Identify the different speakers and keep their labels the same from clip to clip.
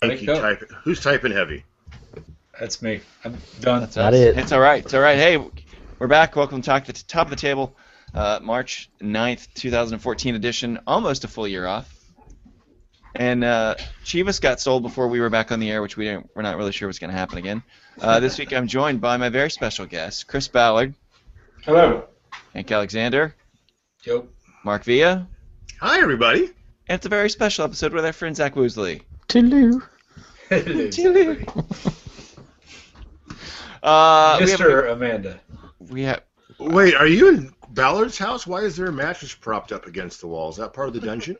Speaker 1: Okie
Speaker 2: up.
Speaker 1: type. Who's typing heavy?
Speaker 2: That's me. I'm done.
Speaker 3: Not
Speaker 4: us.
Speaker 3: it.
Speaker 4: It's all right. It's all right. Hey, we're back. Welcome to Talk the Top of the Table, uh, March 9th, 2014 edition. Almost a full year off. And uh, Chivas got sold before we were back on the air, which we didn't, we're not really sure what's going to happen again. Uh, this week I'm joined by my very special guests, Chris Ballard,
Speaker 2: Hello.
Speaker 4: Hank Alexander,
Speaker 2: Yo.
Speaker 4: Mark Villa,
Speaker 1: Hi, everybody.
Speaker 4: and it's a very special episode with our friend Zach Woosley.
Speaker 3: Toodaloo.
Speaker 2: Mr.
Speaker 4: Uh, we, have a,
Speaker 2: Amanda.
Speaker 4: we have
Speaker 1: Wait, are you in Ballard's house? Why is there a mattress propped up against the wall? Is that part of the dungeon?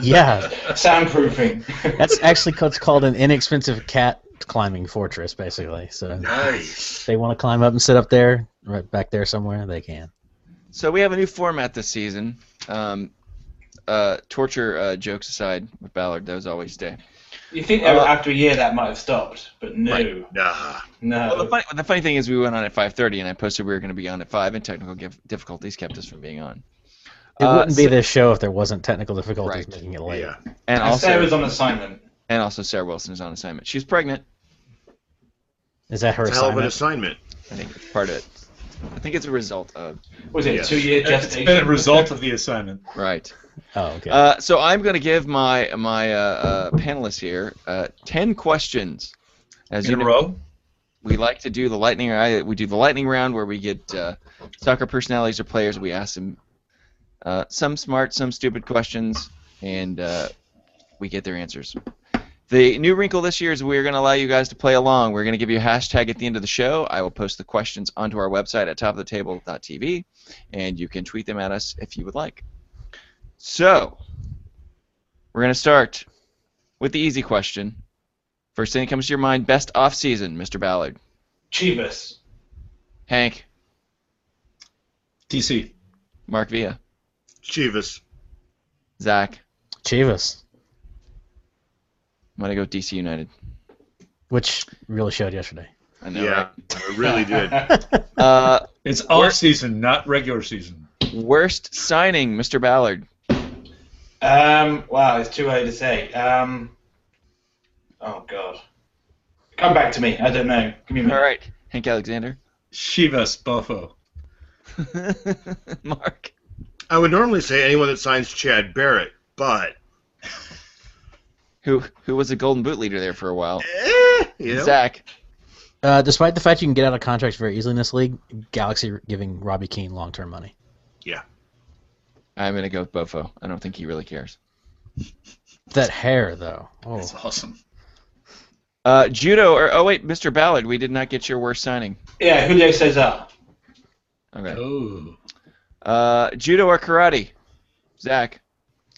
Speaker 3: Yeah,
Speaker 5: Soundproofing.
Speaker 3: that's actually what's called an inexpensive cat climbing fortress, basically. So
Speaker 1: Nice.
Speaker 3: if they want to climb up and sit up there, right back there somewhere, they can.
Speaker 4: So we have a new format this season. Um, uh, torture uh, jokes aside, with Ballard, those always stay.
Speaker 5: you think
Speaker 4: Uh,
Speaker 5: after a year that might have stopped, but no,
Speaker 1: Right. Nah.
Speaker 5: no.
Speaker 4: Well,
Speaker 2: Um,
Speaker 4: the, funny, the funny thing is, we went on at 5:30, and I posted we were going to be on at five, and technical gif- difficulties kept us from being on.
Speaker 3: It
Speaker 4: Uh,
Speaker 3: wouldn't be
Speaker 4: so-
Speaker 3: this show if there wasn't technical difficulties
Speaker 4: Right.
Speaker 3: making it late.
Speaker 1: Yeah.
Speaker 4: And
Speaker 5: And Sarah
Speaker 4: also,
Speaker 5: was on assignment.
Speaker 4: and also Sarah Wilson is on assignment. She's pregnant.
Speaker 3: Is that her
Speaker 1: It's a hell of an
Speaker 3: assignment?
Speaker 1: assignment.
Speaker 4: I think it's part of it. I think it's a result of
Speaker 5: Was it
Speaker 1: Yes.
Speaker 5: two year
Speaker 2: It's
Speaker 5: gestation?
Speaker 2: been a result of the assignment.
Speaker 4: right.
Speaker 3: Oh, okay.
Speaker 4: Uh, so I'm going to give my my uh, uh, panelists here uh, ten questions. As you know,
Speaker 2: row?
Speaker 4: we like to do the lightning. I, we do the lightning round where we get uh, soccer personalities or players. We ask them uh, some smart, some stupid questions, and uh, we get their answers. The new wrinkle this year is we're going to allow you guys to play along. We're going to give you a hashtag at the end of the show. I will post the questions onto our website at topoftheTable.tv, and you can tweet them at us if you would like. So, we're going to start with the easy question. First thing that comes to your mind, best off season, Mr. Ballard.
Speaker 5: Chivas.
Speaker 4: Hank,
Speaker 2: DC.
Speaker 4: Mark Villa,
Speaker 1: Chivas.
Speaker 4: Zach.
Speaker 3: Chivas,
Speaker 4: I'm gonna go DC United.
Speaker 3: which really showed yesterday.
Speaker 4: I know.
Speaker 1: yeah.
Speaker 4: right?
Speaker 1: I really did.
Speaker 4: Uh,
Speaker 2: It's off season, not regular season.
Speaker 4: worst signing, Mr. Ballard.
Speaker 5: um, wow, it's too early to say. Um, oh god. Come back to me. I don't know. Give me a
Speaker 4: All
Speaker 5: minute.
Speaker 4: right, Hank Alexander,
Speaker 2: Shivas Buffo.
Speaker 4: Mark,
Speaker 1: I would normally say anyone that signs Chad Barrett, but
Speaker 4: who who was a Golden Boot leader there for a while.
Speaker 1: eh, you know,
Speaker 4: Zach,
Speaker 3: Uh, despite the fact you can get out of contracts very easily in this league, Galaxy are giving Robbie Keane long-term money.
Speaker 4: I'm gonna go with Bofo. I don't think he really cares.
Speaker 3: That hair, though. Oh,
Speaker 2: That's awesome.
Speaker 4: Uh, judo or oh wait, Mr. Ballard, we did not get your worst signing.
Speaker 5: Yeah, Julio Cesar.
Speaker 4: Okay.
Speaker 2: Oh.
Speaker 4: Uh, judo or karate, Zach,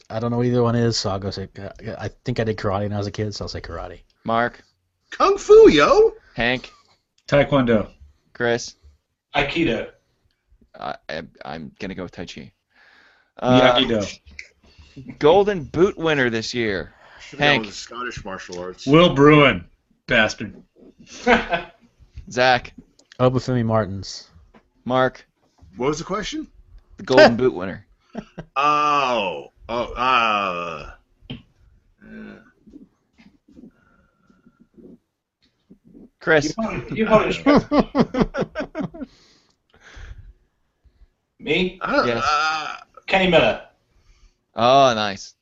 Speaker 3: I don't know what either one is, so I'll go say. Uh, I think I did karate when I was a kid, so I'll say karate.
Speaker 4: Mark,
Speaker 1: Kung Fu, yo.
Speaker 4: Hank,
Speaker 2: Taekwondo.
Speaker 4: Chris.
Speaker 5: Aikido.
Speaker 4: I, I, I'm gonna go with Tai Chi. Uh,
Speaker 2: Miyagi-Do.
Speaker 4: Golden Boot winner this year.
Speaker 1: Should
Speaker 4: Hank.
Speaker 1: the Scottish martial arts.
Speaker 2: Will Bruin. Bastard.
Speaker 4: Zach,
Speaker 3: Obafemi Martins.
Speaker 4: Mark,
Speaker 1: What was the question?
Speaker 4: the Golden Boot winner.
Speaker 1: Oh, oh, uh,
Speaker 5: you
Speaker 4: Chris,
Speaker 5: hold, you hold it. me?
Speaker 1: I don't,
Speaker 4: Yes.
Speaker 1: uh,
Speaker 5: Kenny Miller.
Speaker 4: oh nice.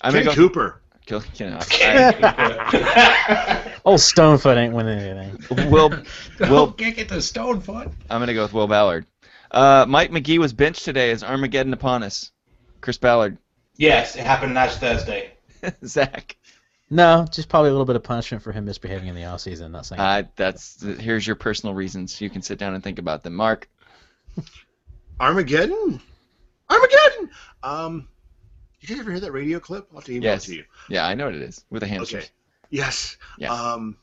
Speaker 4: I'm
Speaker 1: Kenny
Speaker 4: gonna go.
Speaker 1: Cooper.
Speaker 4: Kill, you know, I-
Speaker 5: Kenny
Speaker 3: Old Stonefoot ain't winning anything.
Speaker 4: Will, Will,
Speaker 2: kick it to Stonefoot.
Speaker 4: I'm gonna go with Will Ballard. Uh, Mike McGee was benched today as Armageddon upon us. Chris Ballard,
Speaker 5: yes, it happened last Thursday.
Speaker 4: Zach.
Speaker 3: No, just probably a little bit of punishment for him misbehaving in the offseason. Not saying.
Speaker 4: Uh, that's here's your personal reasons. You can sit down and think about them. Mark,
Speaker 1: Armageddon? Armageddon! Um, did you guys ever hear that radio clip? I'll have to email
Speaker 4: Yes.
Speaker 1: it to you.
Speaker 4: yeah, I know what it is with the hamsters.
Speaker 1: Okay. Yes.
Speaker 4: Yeah.
Speaker 1: Um,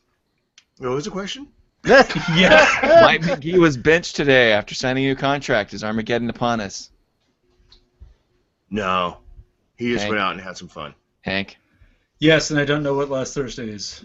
Speaker 1: what was the question?
Speaker 2: Yes.
Speaker 4: Mike McGee was benched today after signing a new contract. Is Armageddon upon us?
Speaker 1: No. He just
Speaker 4: Hank.
Speaker 1: went out and had some fun.
Speaker 4: Hank,
Speaker 2: yes, and I don't know what last Thursday is.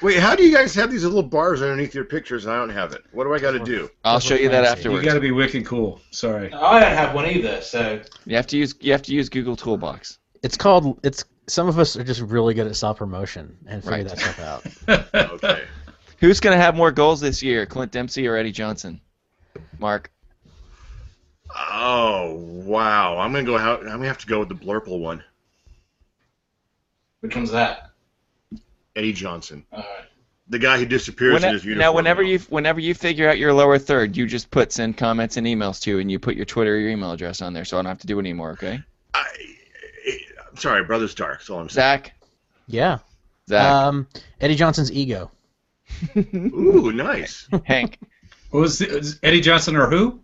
Speaker 1: Wait, how do you guys have these little bars underneath your pictures and I don't have it? What do I got to do?
Speaker 4: I'll show you that
Speaker 3: Fancy.
Speaker 4: afterwards.
Speaker 2: You gotta be wicked cool. Sorry.
Speaker 5: I don't have one either, so
Speaker 4: You have to use you have to use Google Toolbox.
Speaker 3: It's called. It's some of us are just really good at self promotion and figure
Speaker 4: Right.
Speaker 3: that stuff out.
Speaker 1: Okay.
Speaker 4: Who's going to have more goals this year, Clint Dempsey or Eddie Johnson? Mark.
Speaker 1: Oh wow! I'm gonna go. Out, I'm gonna have to go with the blurple one,
Speaker 5: Which one's that?
Speaker 1: Eddie Johnson,
Speaker 5: All right.
Speaker 1: the guy who disappears
Speaker 4: When-
Speaker 1: in his uniform.
Speaker 4: now, whenever you whenever you figure out your lower third, you just put send comments and emails to, and you put your Twitter or your email address on there, so I don't have to do it anymore. Okay,
Speaker 1: I, eh, I'm sorry, Brothers Dark. That's all I'm saying.
Speaker 4: Zach.
Speaker 3: Yeah.
Speaker 4: Zach.
Speaker 3: Um, Eddie Johnson's ego.
Speaker 1: Ooh, nice.
Speaker 4: Hank.
Speaker 2: What was the, is Eddie Johnson or who?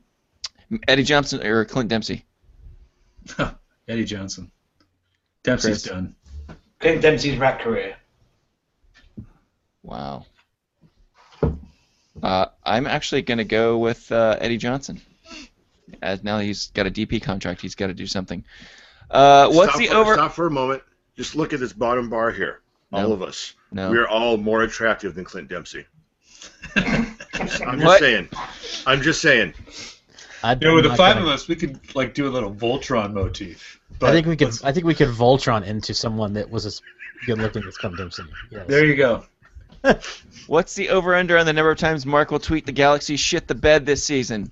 Speaker 4: Eddie Johnson or Clint Dempsey.
Speaker 2: Eddie Johnson. Dempsey's
Speaker 4: Chris.
Speaker 2: done.
Speaker 5: Clint Dempsey's rat career.
Speaker 4: Wow. Uh, I'm actually going to go with uh, Eddie Johnson. As now he's got a DP contract, he's got to do something. Uh, what's
Speaker 1: stop
Speaker 4: the
Speaker 1: for,
Speaker 4: over?
Speaker 1: Stop for a moment. Just look at this bottom bar here. All
Speaker 4: No.
Speaker 1: of us.
Speaker 4: No.
Speaker 1: We're all more attractive than Clint Dempsey. I'm just
Speaker 4: What?
Speaker 1: saying. I'm just saying.
Speaker 3: I'd,
Speaker 2: You know, with
Speaker 3: I'm
Speaker 2: the
Speaker 3: not
Speaker 2: five
Speaker 3: gonna-
Speaker 2: of us, we could like do a little Voltron motif.
Speaker 3: I think we could.
Speaker 2: let's-
Speaker 3: I think we could Voltron into someone that was as good looking as Clint Dempsey. Yes.
Speaker 2: There you go.
Speaker 4: What's the over under on the number of times Mark will tweet the Galaxy shit the bed this season?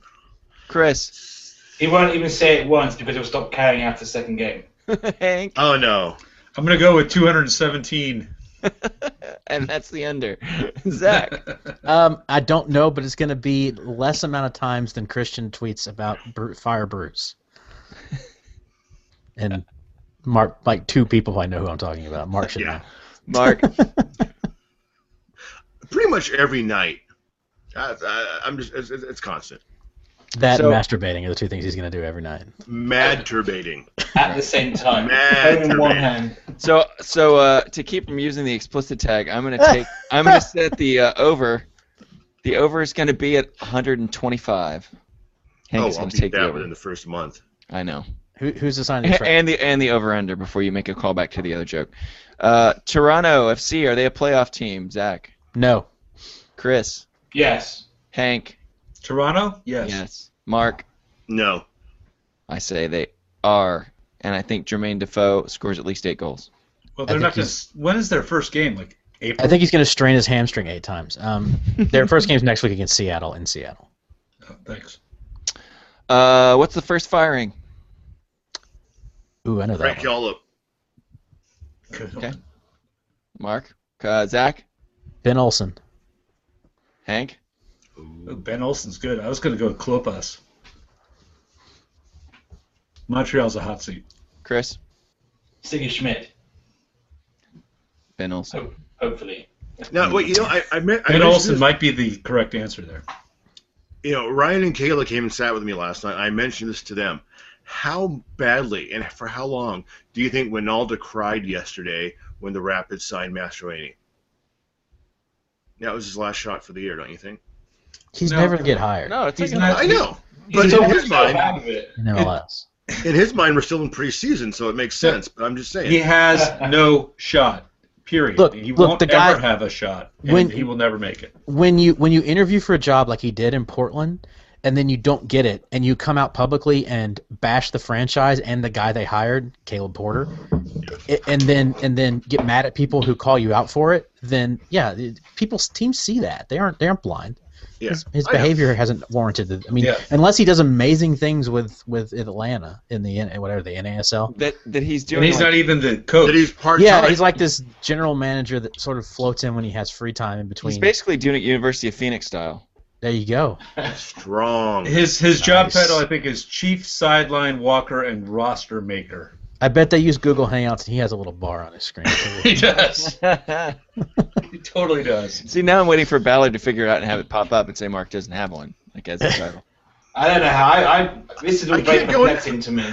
Speaker 4: Chris,
Speaker 5: He won't even say it once because he'll stop caring after the second game.
Speaker 4: Hank,
Speaker 1: Oh no.
Speaker 2: I'm gonna go with 217.
Speaker 4: and that's the under. Zach,
Speaker 3: Um, I don't know, but it's going to be less amount of times than Christian tweets about Bru- Fire Bruce. And Mark, like two people I know who I'm talking about. Mark should
Speaker 1: Yeah.
Speaker 3: know.
Speaker 4: Mark,
Speaker 1: Pretty much every night. I, I, I'm just. It's, it's it's constant.
Speaker 3: That
Speaker 4: So-
Speaker 3: and masturbating are the two things he's going to do every night.
Speaker 1: Mad turbating.
Speaker 5: At the same time.
Speaker 1: Mad
Speaker 5: Only in one
Speaker 1: turbating.
Speaker 5: hand.
Speaker 4: so so uh, to keep from using the explicit tag, I'm gonna take I'm gonna set the uh, over. The over is gonna be at 125. Hank is
Speaker 1: oh, I'll
Speaker 4: gonna
Speaker 1: beat
Speaker 4: take the
Speaker 1: that
Speaker 4: over.
Speaker 1: within the first month.
Speaker 4: I know.
Speaker 3: Who, who's assigning this right?
Speaker 4: and the and the over under before you make a callback to the other joke. Uh, Toronto FC are they a playoff team? Zach,
Speaker 3: No.
Speaker 4: Chris,
Speaker 5: Yes.
Speaker 4: Hank,
Speaker 2: Toronto? Yes.
Speaker 4: yes, Mark.
Speaker 1: No.
Speaker 4: I say they are, and I think Jermaine Defoe scores at least eight goals.
Speaker 2: Well,
Speaker 3: I
Speaker 2: they're
Speaker 3: think
Speaker 2: not gonna.
Speaker 3: he's-
Speaker 2: When is their first game? Like April.
Speaker 3: I think he's going to strain his hamstring eight times. Um, their first game's next week against Seattle in Seattle.
Speaker 2: Oh, thanks.
Speaker 4: Uh, what's the first firing?
Speaker 3: Ooh, I know that.
Speaker 1: Frank
Speaker 3: one.
Speaker 1: Yallop.
Speaker 2: Good.
Speaker 4: Okay. Mark, uh, Zach,
Speaker 3: Ben Olsen.
Speaker 4: Hank.
Speaker 2: Oh, Ben Olsen's good. I was gonna go with Klopas. Montreal's a hot seat.
Speaker 4: Chris,
Speaker 5: Siggy Schmidt,
Speaker 4: Ben Olsen.
Speaker 5: ho- hopefully.
Speaker 1: Now, wait. You know, I I meant. I
Speaker 2: Ben
Speaker 1: mentioned
Speaker 2: Olsen
Speaker 1: this-
Speaker 2: might be the correct answer there.
Speaker 1: you know, Ryan and Kayla came and sat with me last night. I mentioned this to them. How badly and for how long do you think Winalda cried yesterday when the Rapids signed Mastroeni? That was his last shot for the year, don't you think?
Speaker 3: He's
Speaker 2: No.
Speaker 3: never going to get hired.
Speaker 4: No, it's
Speaker 2: He's
Speaker 4: like
Speaker 2: not-
Speaker 1: I know, but
Speaker 5: He's
Speaker 1: in
Speaker 5: always
Speaker 1: his mind,
Speaker 5: out of it.
Speaker 3: Never less.
Speaker 1: in his mind, we're still in preseason, so it makes
Speaker 2: Yeah.
Speaker 1: sense. But I'm just saying,
Speaker 2: He has no shot. Period.
Speaker 3: Look,
Speaker 2: he
Speaker 3: look,
Speaker 2: won't
Speaker 3: the guy-
Speaker 2: ever have a shot. And
Speaker 3: When-
Speaker 2: he will never make it.
Speaker 3: when you when you interview for a job like he did in Portland and then you don't get it and you come out publicly and bash the franchise and the guy they hired, Caleb Porter, i- and then and then get mad at people who call you out for it, then yeah, it- people's teams see that. They aren't they aren't blind.
Speaker 1: yeah,
Speaker 3: His, his
Speaker 1: I know.
Speaker 3: behavior hasn't warranted the, I mean
Speaker 2: Yeah.
Speaker 3: unless he does amazing things with with Atlanta in the N- whatever the NASL.
Speaker 4: that that he's doing.
Speaker 2: And he's
Speaker 4: like-
Speaker 2: not even the coach.
Speaker 1: that he's part time.
Speaker 3: Yeah, he's like this general manager that sort of floats in when he has free time in
Speaker 4: he's
Speaker 3: between.
Speaker 4: basically doing it University of Phoenix style.
Speaker 3: there you go.
Speaker 1: strong.
Speaker 2: His his job
Speaker 3: Nice.
Speaker 2: title, I think, is chief sideline walker and roster maker.
Speaker 3: I bet they use Google Hangouts, and he has a little bar on his screen.
Speaker 2: He does. he totally does.
Speaker 4: See, now I'm waiting for Ballard to figure it out and have it pop up and say Mark doesn't have one, like as a title.
Speaker 5: I don't know how. I, I this is all
Speaker 1: I
Speaker 5: very
Speaker 1: can't go in-
Speaker 5: perplexing to me.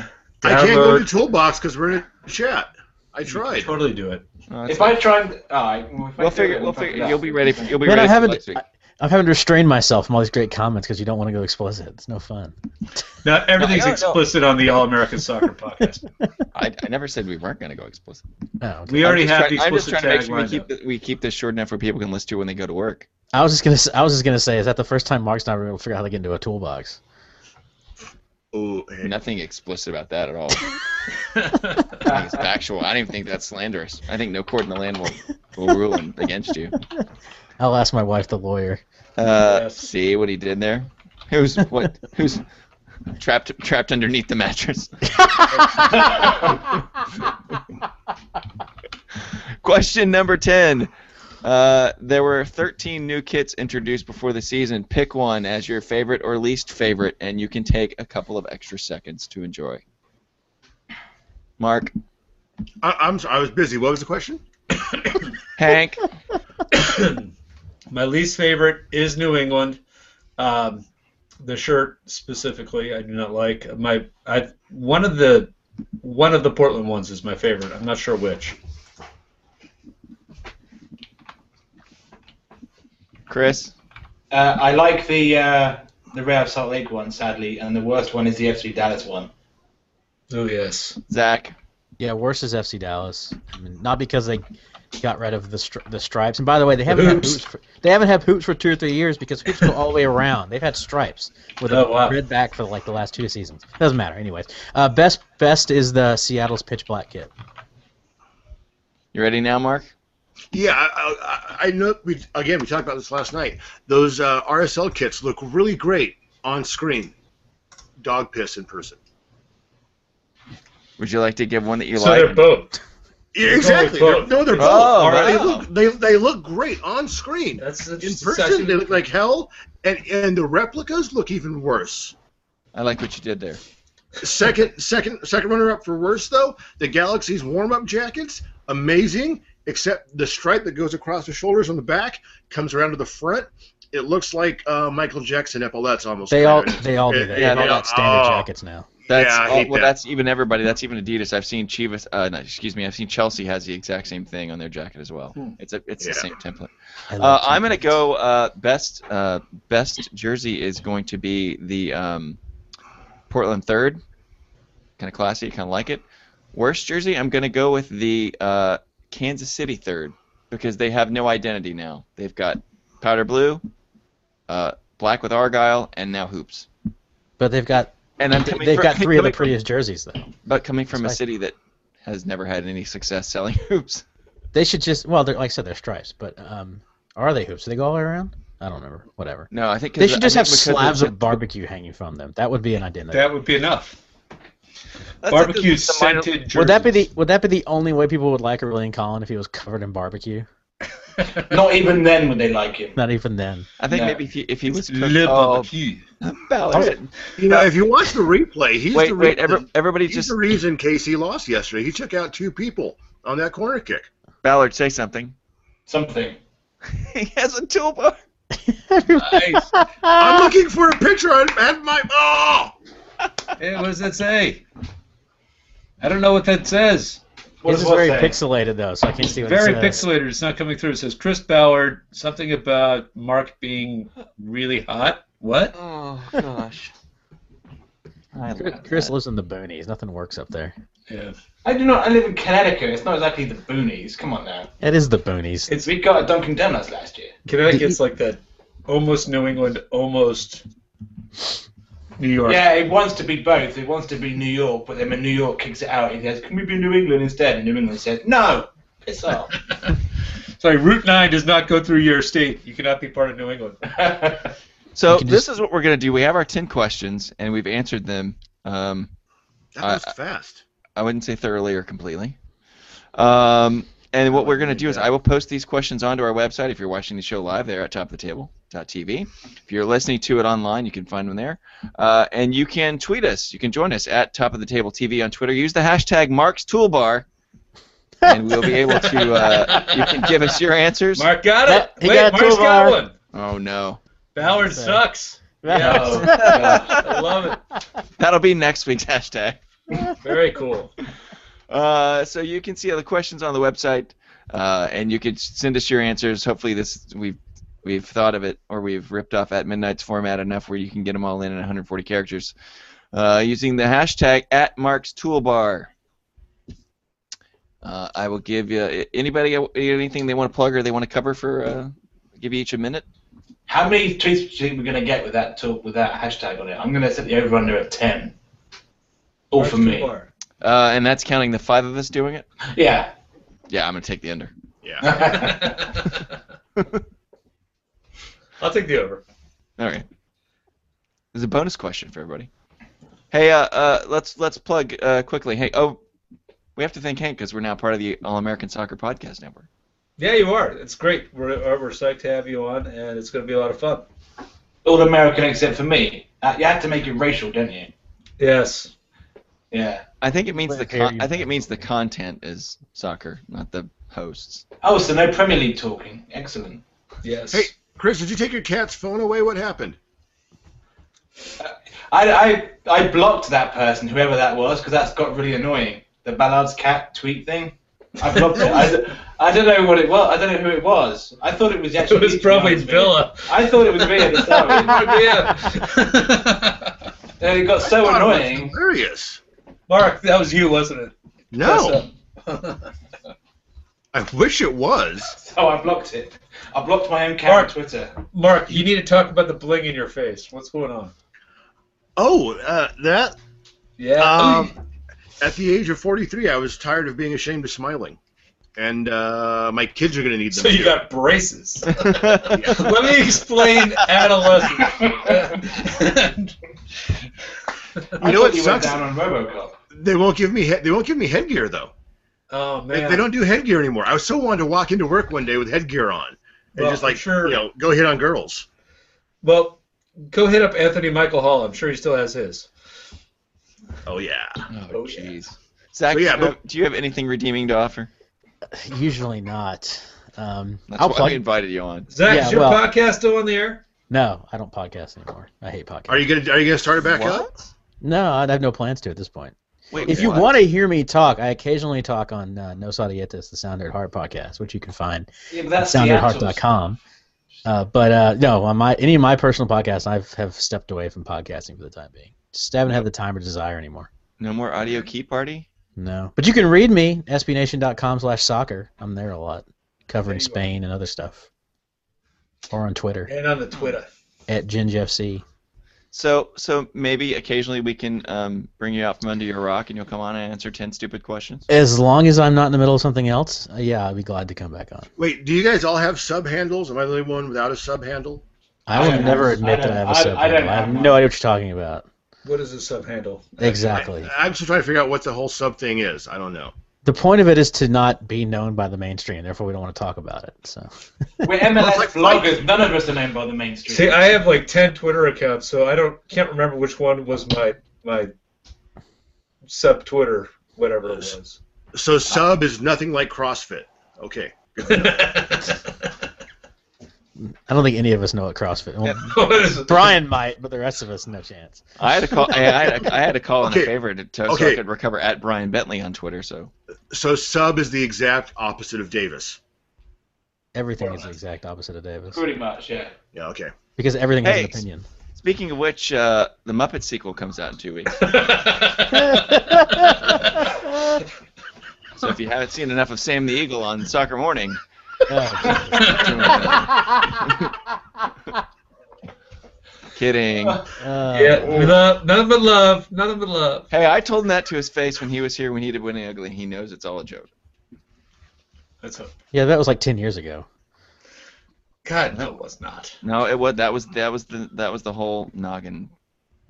Speaker 1: I can't go
Speaker 2: Download.
Speaker 1: to toolbox because we're in a chat. I
Speaker 2: He
Speaker 1: tried.
Speaker 2: totally do it.
Speaker 4: Oh, that's
Speaker 5: If I try and, all right, well, if I
Speaker 4: We'll
Speaker 5: do
Speaker 4: figure.
Speaker 5: it,
Speaker 4: We'll
Speaker 5: fuck it
Speaker 4: figure.
Speaker 5: up.
Speaker 4: You'll be ready. For, you'll be
Speaker 3: Man, I
Speaker 4: ready for
Speaker 3: haven't-
Speaker 4: next week.
Speaker 3: I'm having to restrain myself from all these great comments because you don't want to go explicit. It's no fun.
Speaker 2: Now everything's
Speaker 4: No, no, no.
Speaker 2: explicit on the All American Soccer podcast.
Speaker 4: I, I never said we weren't going to go explicit.
Speaker 3: No, okay.
Speaker 2: We already
Speaker 4: I'm just
Speaker 2: have
Speaker 4: trying-
Speaker 2: the
Speaker 4: I'm just
Speaker 2: explicit
Speaker 4: trying to make sure we
Speaker 2: tagline.
Speaker 4: keep,
Speaker 2: though.
Speaker 4: the, we keep this short enough where people can listen to it when they go to work.
Speaker 3: I was just gonna. s- I was just gonna say, is that the first time Mark's not really able to figure out how to get into a toolbox?
Speaker 1: Oh, hey,
Speaker 4: Nothing explicit about that at all.
Speaker 5: Uh,
Speaker 4: I think it's factual. I don't even think that's slanderous. I think no court in the land will, will rule in, against you.
Speaker 3: I'll ask my wife, the lawyer.
Speaker 4: Uh,
Speaker 2: Yes.
Speaker 4: See what he did there? Who's what? Who's trapped trapped underneath the mattress? Question number ten. Uh, there were 13 new kits introduced before the season. Pick one as your favorite or least favorite, and you can take a couple of extra seconds to enjoy. Mark,
Speaker 1: I, I'm sorry, I was busy. What was the question?
Speaker 4: Hank,
Speaker 2: My least favorite is New England. Um, the shirt specifically, I do not like. My I one of the one of the Portland ones is my favorite. I'm not sure which.
Speaker 4: Chris,
Speaker 5: Uh, I like the uh, the Real Salt Lake one, sadly, and the worst one is the FC Dallas one.
Speaker 2: Oh yes.
Speaker 4: Zach,
Speaker 3: Yeah, worse is FC Dallas. I mean, not because they got rid of the stri- the stripes. And by the way, they haven't had
Speaker 2: Hoops.
Speaker 3: hoops. For, they haven't had hoops for two or three years because hoops go all the way around. They've had stripes with
Speaker 2: Oh,
Speaker 3: a
Speaker 2: wow.
Speaker 3: red back for like the last two seasons. Doesn't matter, anyways. Uh, best best is the Seattle's pitch black kit.
Speaker 4: you ready now, Mark?
Speaker 1: Yeah, I, I, I know. We again, we talked about this last night. Those uh, RSL kits look really great on screen. Dog piss in person.
Speaker 4: Would you like to give one that you
Speaker 2: so
Speaker 4: like?
Speaker 2: they're both.
Speaker 1: Yeah, exactly. They're, no, they're both.
Speaker 4: Oh,
Speaker 1: All right,
Speaker 4: wow.
Speaker 1: They look they, they look great on screen.
Speaker 2: That's, that's
Speaker 1: In
Speaker 2: just
Speaker 1: person, they
Speaker 2: exactly-
Speaker 1: look like hell, and and the replicas look even worse.
Speaker 4: I like what you did there.
Speaker 1: Second, second, second runner up for worse though. The Galaxy's warm up jackets, amazing. Except the stripe that goes across the shoulders on the back comes around to the front. It looks like uh, Michael Jackson epaulets almost.
Speaker 3: They
Speaker 1: ran
Speaker 3: all
Speaker 1: it.
Speaker 3: they all do
Speaker 1: Yeah,
Speaker 3: that.
Speaker 4: yeah,
Speaker 3: They've all
Speaker 4: they
Speaker 1: all-
Speaker 3: got standard
Speaker 1: oh.
Speaker 3: jackets now.
Speaker 4: That's
Speaker 1: yeah, I
Speaker 4: oh,
Speaker 1: hate
Speaker 4: well,
Speaker 1: that.
Speaker 4: that's even everybody. That's even Adidas. I've seen Chivas. Uh, no, excuse me. I've seen Chelsea has the exact same thing on their jacket as well.
Speaker 2: Hmm.
Speaker 4: It's a, it's the
Speaker 1: Yeah.
Speaker 4: same template.
Speaker 3: I
Speaker 4: Uh,
Speaker 3: love
Speaker 4: I'm gonna
Speaker 3: templates.
Speaker 4: go. Uh, best uh, best jersey is going to be the um, Portland third. Kind of classy. Kind of like it. Worst jersey. I'm gonna go with the uh, Kansas City third because they have no identity now. They've got powder blue, uh, black with argyle, and now hoops.
Speaker 3: But they've got
Speaker 4: And I'm coming
Speaker 3: they've
Speaker 4: from-
Speaker 3: got three of the
Speaker 4: coming from-
Speaker 3: prettiest jerseys though.
Speaker 4: But coming from a
Speaker 3: Sorry.
Speaker 4: city that has never had any success selling hoops,
Speaker 3: They should just well, they're, like I said, they're stripes. But um, are they hoops? Do they go all the way around? I don't remember. Whatever.
Speaker 4: no, I think 'cause
Speaker 3: They
Speaker 4: I
Speaker 3: should just
Speaker 4: think
Speaker 3: have
Speaker 4: because
Speaker 3: slabs
Speaker 4: the-
Speaker 3: of barbecue hanging from them. That would be an identity.
Speaker 2: That would be enough.
Speaker 4: that's like the-
Speaker 2: Barbecue
Speaker 4: the minor-
Speaker 2: scented jerseys.
Speaker 3: would that be the would that be the only way people would like Aurelian Colin if he was covered in barbecue?
Speaker 5: Not even then would they like him.
Speaker 3: Not even then.
Speaker 4: I think
Speaker 5: No.
Speaker 4: maybe if he, if he was cooked,
Speaker 2: Le
Speaker 4: oh,
Speaker 2: barbecue?
Speaker 4: about it.
Speaker 1: You know, if you watch the replay, he's
Speaker 4: Wait,
Speaker 1: the
Speaker 4: wait,
Speaker 1: re-
Speaker 4: every, everybody
Speaker 1: he's
Speaker 4: just
Speaker 1: the reason KC lost yesterday. He took out two people on that corner kick.
Speaker 4: Ballard say something.
Speaker 5: Something.
Speaker 4: he has a toolbar.
Speaker 2: Nice.
Speaker 5: Ah!
Speaker 1: I'm looking for a picture. I had my oh.
Speaker 2: Hey, what does that say? I don't know what that says.
Speaker 5: What
Speaker 3: This
Speaker 5: does
Speaker 3: is
Speaker 5: what
Speaker 3: very
Speaker 5: say?
Speaker 3: pixelated though, so I can't see what
Speaker 2: Very
Speaker 3: it says.
Speaker 2: pixelated. It's not coming through. It says Chris Ballard. Something about Mark being really hot. What?
Speaker 4: Oh gosh. I love
Speaker 3: Chris
Speaker 4: that.
Speaker 3: lives in the boonies. Nothing works up there.
Speaker 2: Yeah.
Speaker 5: I do not. I live in Connecticut. It's not exactly the boonies. Come on now.
Speaker 3: It is the boonies.
Speaker 2: It's
Speaker 5: We got a Dunkin' Donuts last year.
Speaker 2: Connecticut's like that, almost New England, almost New York.
Speaker 5: Yeah, it wants to be both. It wants to be New York, but then when New York kicks it out, it says, "Can we be New England instead?" And New England says, "No, piss off."
Speaker 2: Sorry, Route Nine does not go through your state. You cannot be part of New England.
Speaker 4: So
Speaker 3: You can
Speaker 4: this
Speaker 3: just-
Speaker 4: is what we're gonna do. We have our ten questions and we've answered them. Um,
Speaker 1: That
Speaker 4: I-
Speaker 1: was fast.
Speaker 4: I wouldn't say thoroughly or completely. Um, and what we're going to do is I will post these questions onto our website if you're watching the show live there at topoftheTable.tv. If you're listening to it online, you can find them there. Uh, and you can tweet us. You can join us at Top of the Table TV on Twitter. Use the hashtag Mark's Toolbar, and we'll be able to. Uh, you can give us your answers.
Speaker 2: Mark got it.
Speaker 3: Yeah, he
Speaker 2: Wait,
Speaker 3: got a
Speaker 2: Mark's
Speaker 3: toolbar.
Speaker 2: got one.
Speaker 4: Oh no,
Speaker 2: Ballard
Speaker 3: Sorry.
Speaker 2: sucks.
Speaker 5: Oh,
Speaker 2: Yeah,
Speaker 5: gosh.
Speaker 2: I love it.
Speaker 4: that'll be next week's hashtag.
Speaker 2: Very cool.
Speaker 4: Uh, so you can see all the questions on the website, uh, and you can send us your answers. Hopefully, this we've we've thought of it or we've ripped off at midnight's format enough where you can get them all in in 140 characters uh, using the hashtag at Mark's Toolbar. Uh, I will give you a- anybody got anything they want to plug or they want to cover for. Uh, give you each a minute.
Speaker 5: How many tweets do you think we're gonna get with that talk with that hashtag on it? I'm gonna set the over under at ten. All
Speaker 2: March
Speaker 5: for
Speaker 2: to
Speaker 5: me.
Speaker 2: four.
Speaker 4: Uh, and that's counting the five of us doing it.
Speaker 5: Yeah.
Speaker 4: Yeah, I'm gonna take the under.
Speaker 1: Yeah.
Speaker 2: I'll take the over.
Speaker 4: All right. There's a bonus question for everybody. Hey, uh, uh, let's let's plug uh, quickly. Hey, oh, we have to thank Hank because we're now part of the All American Soccer Podcast Network.
Speaker 2: Yeah, you are. It's great. We're, uh, we're psyched to have you on, and it's going to be a lot of fun.
Speaker 5: All American except for me. Uh, you had to make it racial, didn't you?
Speaker 2: Yes.
Speaker 5: Yeah.
Speaker 4: I think it means the
Speaker 3: Where are
Speaker 4: con-
Speaker 3: you?
Speaker 4: I think it means the content is soccer, not the hosts.
Speaker 5: Oh, so no Premier League talking. Excellent.
Speaker 2: Yes.
Speaker 1: Hey, Chris, did you take your cat's phone away? What happened?
Speaker 5: I, I, I blocked that person, whoever that was, because that's got really annoying. The Ballard's cat tweet thing. I blocked it. I, d- I don't know what it was. I don't know who it was. I thought it was actually.
Speaker 2: It was
Speaker 5: me, to be
Speaker 2: probably
Speaker 5: honest with you.
Speaker 2: Villa.
Speaker 5: I thought it was me at the start.
Speaker 2: Yeah.
Speaker 5: And Uh, it got
Speaker 1: I
Speaker 5: so
Speaker 1: thought it was
Speaker 5: annoying.
Speaker 1: Hilarious.
Speaker 2: Mark, that was you, wasn't it?
Speaker 1: No,
Speaker 2: That's, uh,
Speaker 1: I wish it was.
Speaker 5: So Oh, I blocked it. I blocked my own cat
Speaker 2: Mark.
Speaker 5: on Twitter.
Speaker 2: Mark, you need to talk about the bling in your face. What's going on?
Speaker 1: Oh, uh, that.
Speaker 2: Yeah.
Speaker 1: Um, at the age of 43, I was tired of being ashamed of smiling, and uh, my kids are going to need them.
Speaker 2: so you
Speaker 1: too.
Speaker 2: got braces.
Speaker 1: Yeah.
Speaker 2: Let me explain adolescence.
Speaker 5: I
Speaker 1: know
Speaker 5: thought
Speaker 1: what
Speaker 5: you
Speaker 1: sucks?
Speaker 5: went down on RoboCop.
Speaker 1: They won't give me. He- they won't give me headgear though.
Speaker 2: oh man.
Speaker 1: They, they don't do headgear anymore. I so wanted to walk into work one day with headgear on and
Speaker 2: Well,
Speaker 1: just like
Speaker 2: sure.
Speaker 1: you know go hit on girls.
Speaker 2: Well, go hit up Anthony Michael Hall. I'm sure he still has his.
Speaker 1: Oh yeah.
Speaker 4: Oh
Speaker 2: Oh, yeah.
Speaker 4: jeez. Zach,
Speaker 1: So, yeah,
Speaker 4: do, you have, do you have anything redeeming to offer?
Speaker 3: Usually not. Um,
Speaker 4: That's
Speaker 3: I'll
Speaker 4: why
Speaker 3: plug.
Speaker 4: we invited you on.
Speaker 2: Zach,
Speaker 3: Yeah,
Speaker 2: is your
Speaker 3: well-
Speaker 2: podcast still on the air?
Speaker 3: No, I don't podcast anymore. I hate podcasts.
Speaker 1: Are you gonna Are you gonna start it back up?
Speaker 3: No, I have no plans to at this point.
Speaker 4: Wait,
Speaker 3: If you
Speaker 4: what?
Speaker 3: want to hear me talk, I occasionally talk on uh, No Saudietas, the Sound at Heart podcast, which you can find
Speaker 5: Yeah, but
Speaker 3: at
Speaker 5: that's Seattle's.
Speaker 3: soundatheart.com. Uh, but uh, no, on my any of my personal podcasts, I've have stepped away from podcasting for the time being. Just haven't had the time or desire anymore.
Speaker 4: no more audio key party.
Speaker 3: No, but you can read me sbnation.com slash soccer. I'm there a lot,
Speaker 2: There you
Speaker 3: covering
Speaker 2: are.
Speaker 3: Spain and other stuff, or on Twitter
Speaker 2: And on the Twitter.
Speaker 3: at GinGFC.
Speaker 4: So, so maybe occasionally we can um, bring you out from under your rock, and you'll come on and answer ten stupid questions.
Speaker 3: As long as I'm not in the middle of something else, uh, yeah, I'd be glad to come back on.
Speaker 1: Wait, do you guys all have sub handles? Am I the only one without a sub handle?
Speaker 3: I
Speaker 5: I
Speaker 3: will
Speaker 5: don't
Speaker 3: never
Speaker 5: have-
Speaker 3: admit
Speaker 5: I
Speaker 3: that I
Speaker 5: don't-
Speaker 3: have
Speaker 5: I-
Speaker 3: a sub.
Speaker 5: I don't
Speaker 3: handle. I,
Speaker 5: have
Speaker 3: have
Speaker 5: one.
Speaker 3: no idea what you're talking about.
Speaker 2: What is the subhandle?
Speaker 3: Exactly.
Speaker 1: I, am still trying to figure out what the whole sub thing is. I don't know.
Speaker 3: The point of it is to not be known by the mainstream, therefore we don't want to talk about it. So
Speaker 5: We're MLS
Speaker 1: Like-
Speaker 5: vloggers. None of us are known by the mainstream.
Speaker 2: See, I have like ten Twitter accounts, so I don't can't remember which one was my my sub Twitter, whatever it was.
Speaker 1: So sub is nothing like CrossFit. Okay.
Speaker 3: I don't think any of us know what CrossFit. Well,
Speaker 2: what is it?
Speaker 3: Brian might, but the rest of us, no chance.
Speaker 4: I had a call. I had a, I had a call in
Speaker 1: Okay.
Speaker 4: a favor to, to so I
Speaker 1: Okay.
Speaker 4: could recover at Brian Bentley on Twitter. So
Speaker 1: So sub is the exact opposite of Davis.
Speaker 3: Everything is the exact opposite of Davis
Speaker 5: Pretty much, yeah.
Speaker 1: Yeah. Okay.
Speaker 3: because everything has an
Speaker 4: Hey.
Speaker 3: opinion.
Speaker 4: speaking of which, uh, the Muppet sequel comes out in two weeks. So if you haven't seen enough of Sam the Eagle on Soccer Morning,
Speaker 3: Oh,
Speaker 4: kidding.
Speaker 3: uh,
Speaker 2: yeah, we love nothing but love, nothing but love.
Speaker 4: Hey, I told him that to his face when he was here when he did Winning Ugly. He knows it's all a joke.
Speaker 2: That's a
Speaker 3: yeah, that was like ten years ago.
Speaker 2: God, no, it was not.
Speaker 4: No, it was that was that was the that was the whole noggin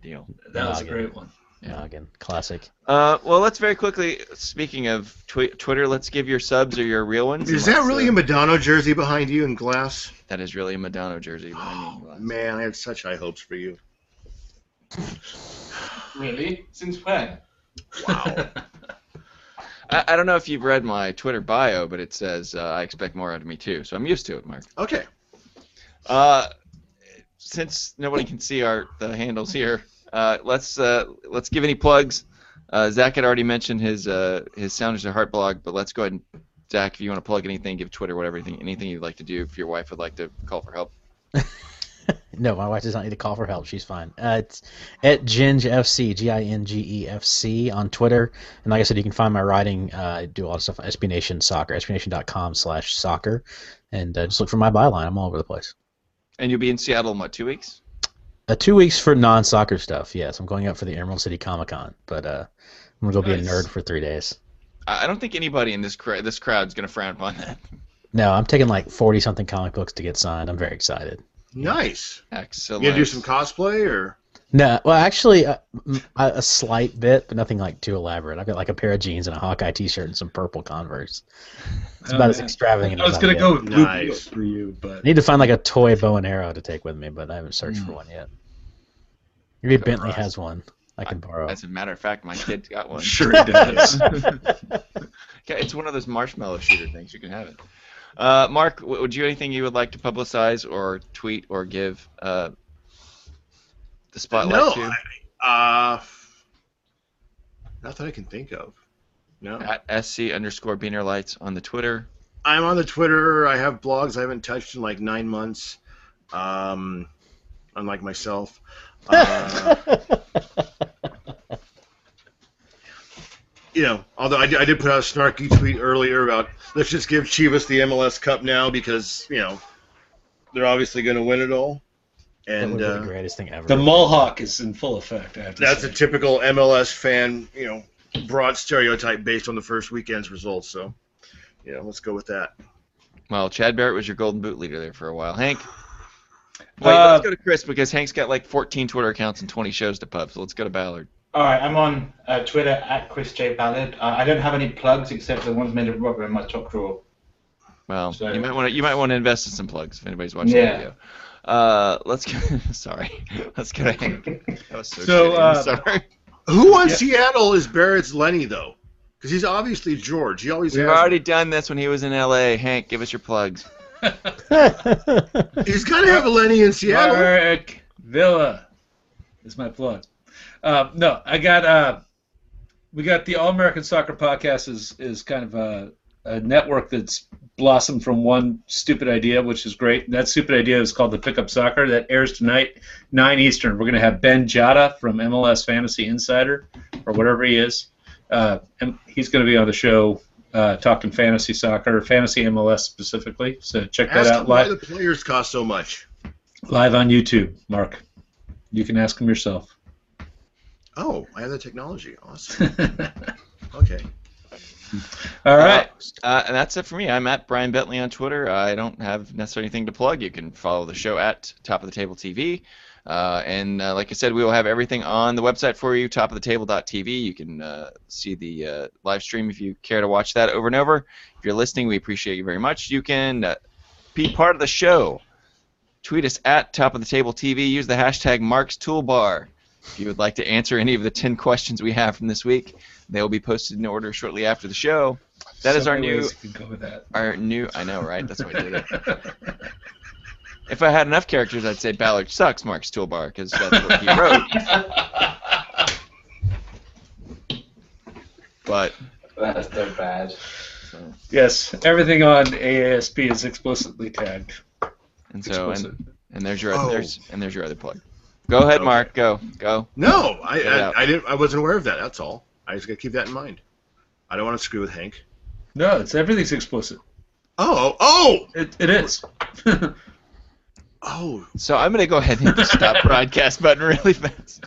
Speaker 4: deal.
Speaker 2: That was a
Speaker 3: Noggin.
Speaker 2: great one.
Speaker 4: Yeah.
Speaker 3: Noggin, classic.
Speaker 4: Uh, well, let's very quickly. Speaking of twi- Twitter, let's give your subs or your real ones.
Speaker 1: Is
Speaker 4: and
Speaker 1: that
Speaker 4: let's,
Speaker 1: really a
Speaker 4: uh,
Speaker 1: Madonna jersey behind you in glass?
Speaker 4: that is really a Madonna jersey?
Speaker 1: Oh,
Speaker 4: behind me.
Speaker 1: Man, I had such high hopes for you.
Speaker 5: Really? Since when?
Speaker 1: Wow.
Speaker 4: I, I don't know if you've read my Twitter bio, but it says uh, I expect more out of me too. So I'm used to it, Mark.
Speaker 1: Okay.
Speaker 4: Uh, since nobody can see our the handles here, uh, let's uh, let's give any plugs. Uh, Zach had already mentioned his uh, his Sounders of Heart blog, but let's go ahead and Zach, if you want to plug anything, give Twitter whatever anything anything you'd like to do. If your wife would like to call for help,
Speaker 3: No, my wife does not need to call for help. She's fine. Uh, it's at GingFC, G I N G E F C on Twitter. And like I said, you can find my writing. Uh, I do a lot of stuff on SB Nation Soccer, SBNation.com slash soccer. And uh, just look for my byline. I'm all over the place.
Speaker 4: and you'll be in Seattle in what two weeks?
Speaker 3: Uh, two weeks for non soccer stuff. Yes, I'm going out for the Emerald City Comic Con, but uh, I'm gonna go be
Speaker 4: Nice.
Speaker 3: a nerd for three days.
Speaker 4: I I don't think anybody in this cra- this crowd's gonna frown upon that.
Speaker 3: No, I'm taking like forty something comic books to get signed. I'm very excited.
Speaker 1: Nice.
Speaker 4: Excellent.
Speaker 1: You gonna do some cosplay or?
Speaker 3: No, well, actually, uh, m- a, a slight bit, but nothing like too elaborate. I've got like a pair of jeans and a Hawkeye T-shirt and some purple Converse. It's
Speaker 2: Oh,
Speaker 3: about as
Speaker 2: man.
Speaker 3: extravagant.
Speaker 2: I was
Speaker 3: as
Speaker 2: gonna
Speaker 3: I'm
Speaker 2: go
Speaker 3: getting.
Speaker 2: with Blue
Speaker 1: Nice.
Speaker 2: Beetle for you, but
Speaker 3: I need to find like a toy bow and arrow to take with me, but I haven't searched
Speaker 2: Hmm.
Speaker 3: for one yet. Maybe
Speaker 4: Good
Speaker 3: Bentley
Speaker 4: price.
Speaker 3: has one. I can borrow.
Speaker 4: As a matter of fact, my kid got one.
Speaker 2: sure it does.
Speaker 1: Uh,
Speaker 4: Okay, It's one of those marshmallow shooter things. You can have it. Uh, Mark, w- would you anything you would like to publicize or tweet or give uh, the spotlight
Speaker 1: no.
Speaker 4: to?
Speaker 1: I, uh, not that I can think of. No.
Speaker 4: At sc underscore beaner lights on the Twitter.
Speaker 1: I'm on the Twitter. I have blogs I haven't touched in like nine months. Um, unlike myself. Uh, you know, although I, did- I did put out a snarky tweet earlier about let's just give Chivas the MLS Cup now because you know they're obviously going to win it all,
Speaker 3: that would
Speaker 1: and
Speaker 3: be the
Speaker 1: uh,
Speaker 3: greatest thing ever.
Speaker 2: the Mohawk is in full effect. I have to
Speaker 1: that's
Speaker 2: say.
Speaker 1: a typical MLS fan, you know, broad stereotype based on the first weekend's results. So, you know, let's go with that.
Speaker 4: Well, Chad Barrett was your golden boot leader there for a while. Hank. Wait,
Speaker 5: Uh,
Speaker 4: let's go to Chris because Hank's got like 14 Twitter accounts and 20 shows to pub. So let's go to Ballard.
Speaker 5: All right, I'm on uh, Twitter at Chris J Ballard. Uh, I don't have any plugs except the ones made of rubber in my top drawer.
Speaker 4: Well,
Speaker 5: So-
Speaker 4: you might want to you might want to invest in some plugs if anybody's watching the
Speaker 5: Yeah.
Speaker 4: video. Uh, let's go. sorry, let's go to Hank. That was so,
Speaker 2: So,
Speaker 4: shitty. I'm
Speaker 2: uh,
Speaker 4: sorry.
Speaker 1: Who on Seattle is Barrett's Lenny though? Because he's obviously George. He always
Speaker 4: We've
Speaker 1: has-
Speaker 4: already done this when he was in LA. Hank, give us your plugs.
Speaker 1: He's got to have a Lenny in Seattle.
Speaker 2: Mark Villa is my plug. Uh, no, I got uh, we got the All American Soccer Podcast is is kind of a, a network that's blossomed from one stupid idea, which is great. That stupid idea is called the Pickup Soccer that airs tonight nine Eastern. We're gonna have Ben Jada from MLS Fantasy Insider or whatever he is, uh, and he's gonna be on the show. Uh, talking fantasy soccer, fantasy MLS specifically. So check that
Speaker 1: Ask
Speaker 2: out
Speaker 1: him why
Speaker 2: live
Speaker 1: the players cost so much.
Speaker 2: live on YouTube, Mark. You can ask him yourself.
Speaker 1: Oh, I have the technology. Awesome.
Speaker 2: All
Speaker 1: Okay.
Speaker 2: right.
Speaker 4: Uh, and that's it for me. I'm at Brian Bentley on Twitter. I don't have necessarily anything to plug. You can follow the show at Top of the Table TV. Uh, and uh, like I said, we will have everything on the website for you, topoftheTable.tv. You can uh, see the uh, live stream if you care to watch that over and over. If you're listening, we appreciate you very much. You can uh, be part of the show. Tweet us at Top of the Table TV. Use the hashtag Mark's Toolbar if you would like to answer any of the 10 questions we have from this week. They will be posted in order shortly after the show. That is
Speaker 2: So
Speaker 4: our
Speaker 2: many
Speaker 4: new
Speaker 2: ways you can go with that.
Speaker 4: our new. I know, right? That's why I did it. If I had enough characters, I'd say Ballard sucks, Mark's toolbar, because that's what he wrote. But
Speaker 5: That's so bad.
Speaker 4: so,
Speaker 2: yes, everything on AASP is explicitly tagged.
Speaker 4: and so and,
Speaker 2: Explicit.
Speaker 4: and there's your
Speaker 1: Oh.
Speaker 4: there's and there's your other plug. Go ahead,
Speaker 1: Okay.
Speaker 4: Mark. Go go.
Speaker 1: No, I,
Speaker 4: Yeah.
Speaker 1: I, I didn't. I wasn't aware of that. That's all. I just got to keep that in mind. I don't want to screw with Hank.
Speaker 2: No, it's everything's explicit.
Speaker 1: Oh, oh,
Speaker 2: It, it is.
Speaker 1: oh.
Speaker 4: So I'm gonna go ahead and hit the stop broadcast button really fast.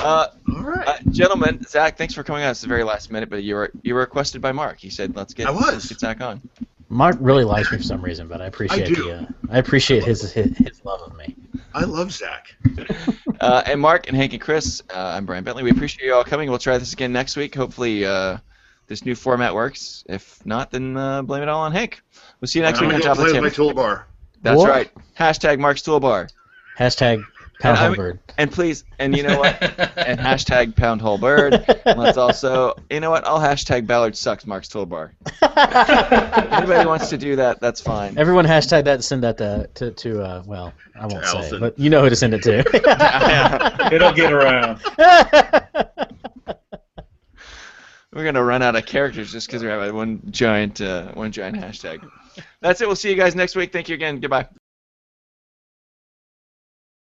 Speaker 4: Uh,
Speaker 1: All right.
Speaker 4: uh, gentlemen, Zach, thanks for coming out. It's the very last minute, but you were you were requested by Mark. He said, "Let's get
Speaker 1: I was.
Speaker 4: let's get Zach on."
Speaker 3: Mark really likes me for some reason, but I appreciate
Speaker 1: do.
Speaker 3: the uh, I appreciate his, his his love of me.
Speaker 1: I love Zach.
Speaker 4: Uh, and Mark and Hank and Chris, uh, I'm Brian Bentley. We appreciate you all coming. We'll try this again next week. Hopefully, uh, this new format works. If not, then uh, blame it all on Hank. We'll see you next
Speaker 1: I'm
Speaker 4: week on
Speaker 1: gonna
Speaker 4: Top
Speaker 1: go
Speaker 4: of the
Speaker 1: play
Speaker 4: Table.
Speaker 1: with my toolbar.
Speaker 4: That's
Speaker 3: What?
Speaker 4: right. Hashtag Mark's Toolbar.
Speaker 3: Hashtag
Speaker 4: And
Speaker 3: Pound
Speaker 4: I'm-
Speaker 3: Hole Bird.
Speaker 4: And please, and you know what? and hashtag Pound Whole Bird. And let's also, you know what? I'll hashtag Ballard Sucks Mark's Toolbar. Anybody wants to do that, that's fine.
Speaker 3: Everyone hashtag that. and Send that to to, to uh, well, I won't say,
Speaker 1: Allison.
Speaker 3: but you know who to send it to.
Speaker 2: It'll get around.
Speaker 4: We're gonna run out of characters just because we have one giant, uh, one giant hashtag. That's it. We'll see you guys next week. Thank you again. Goodbye.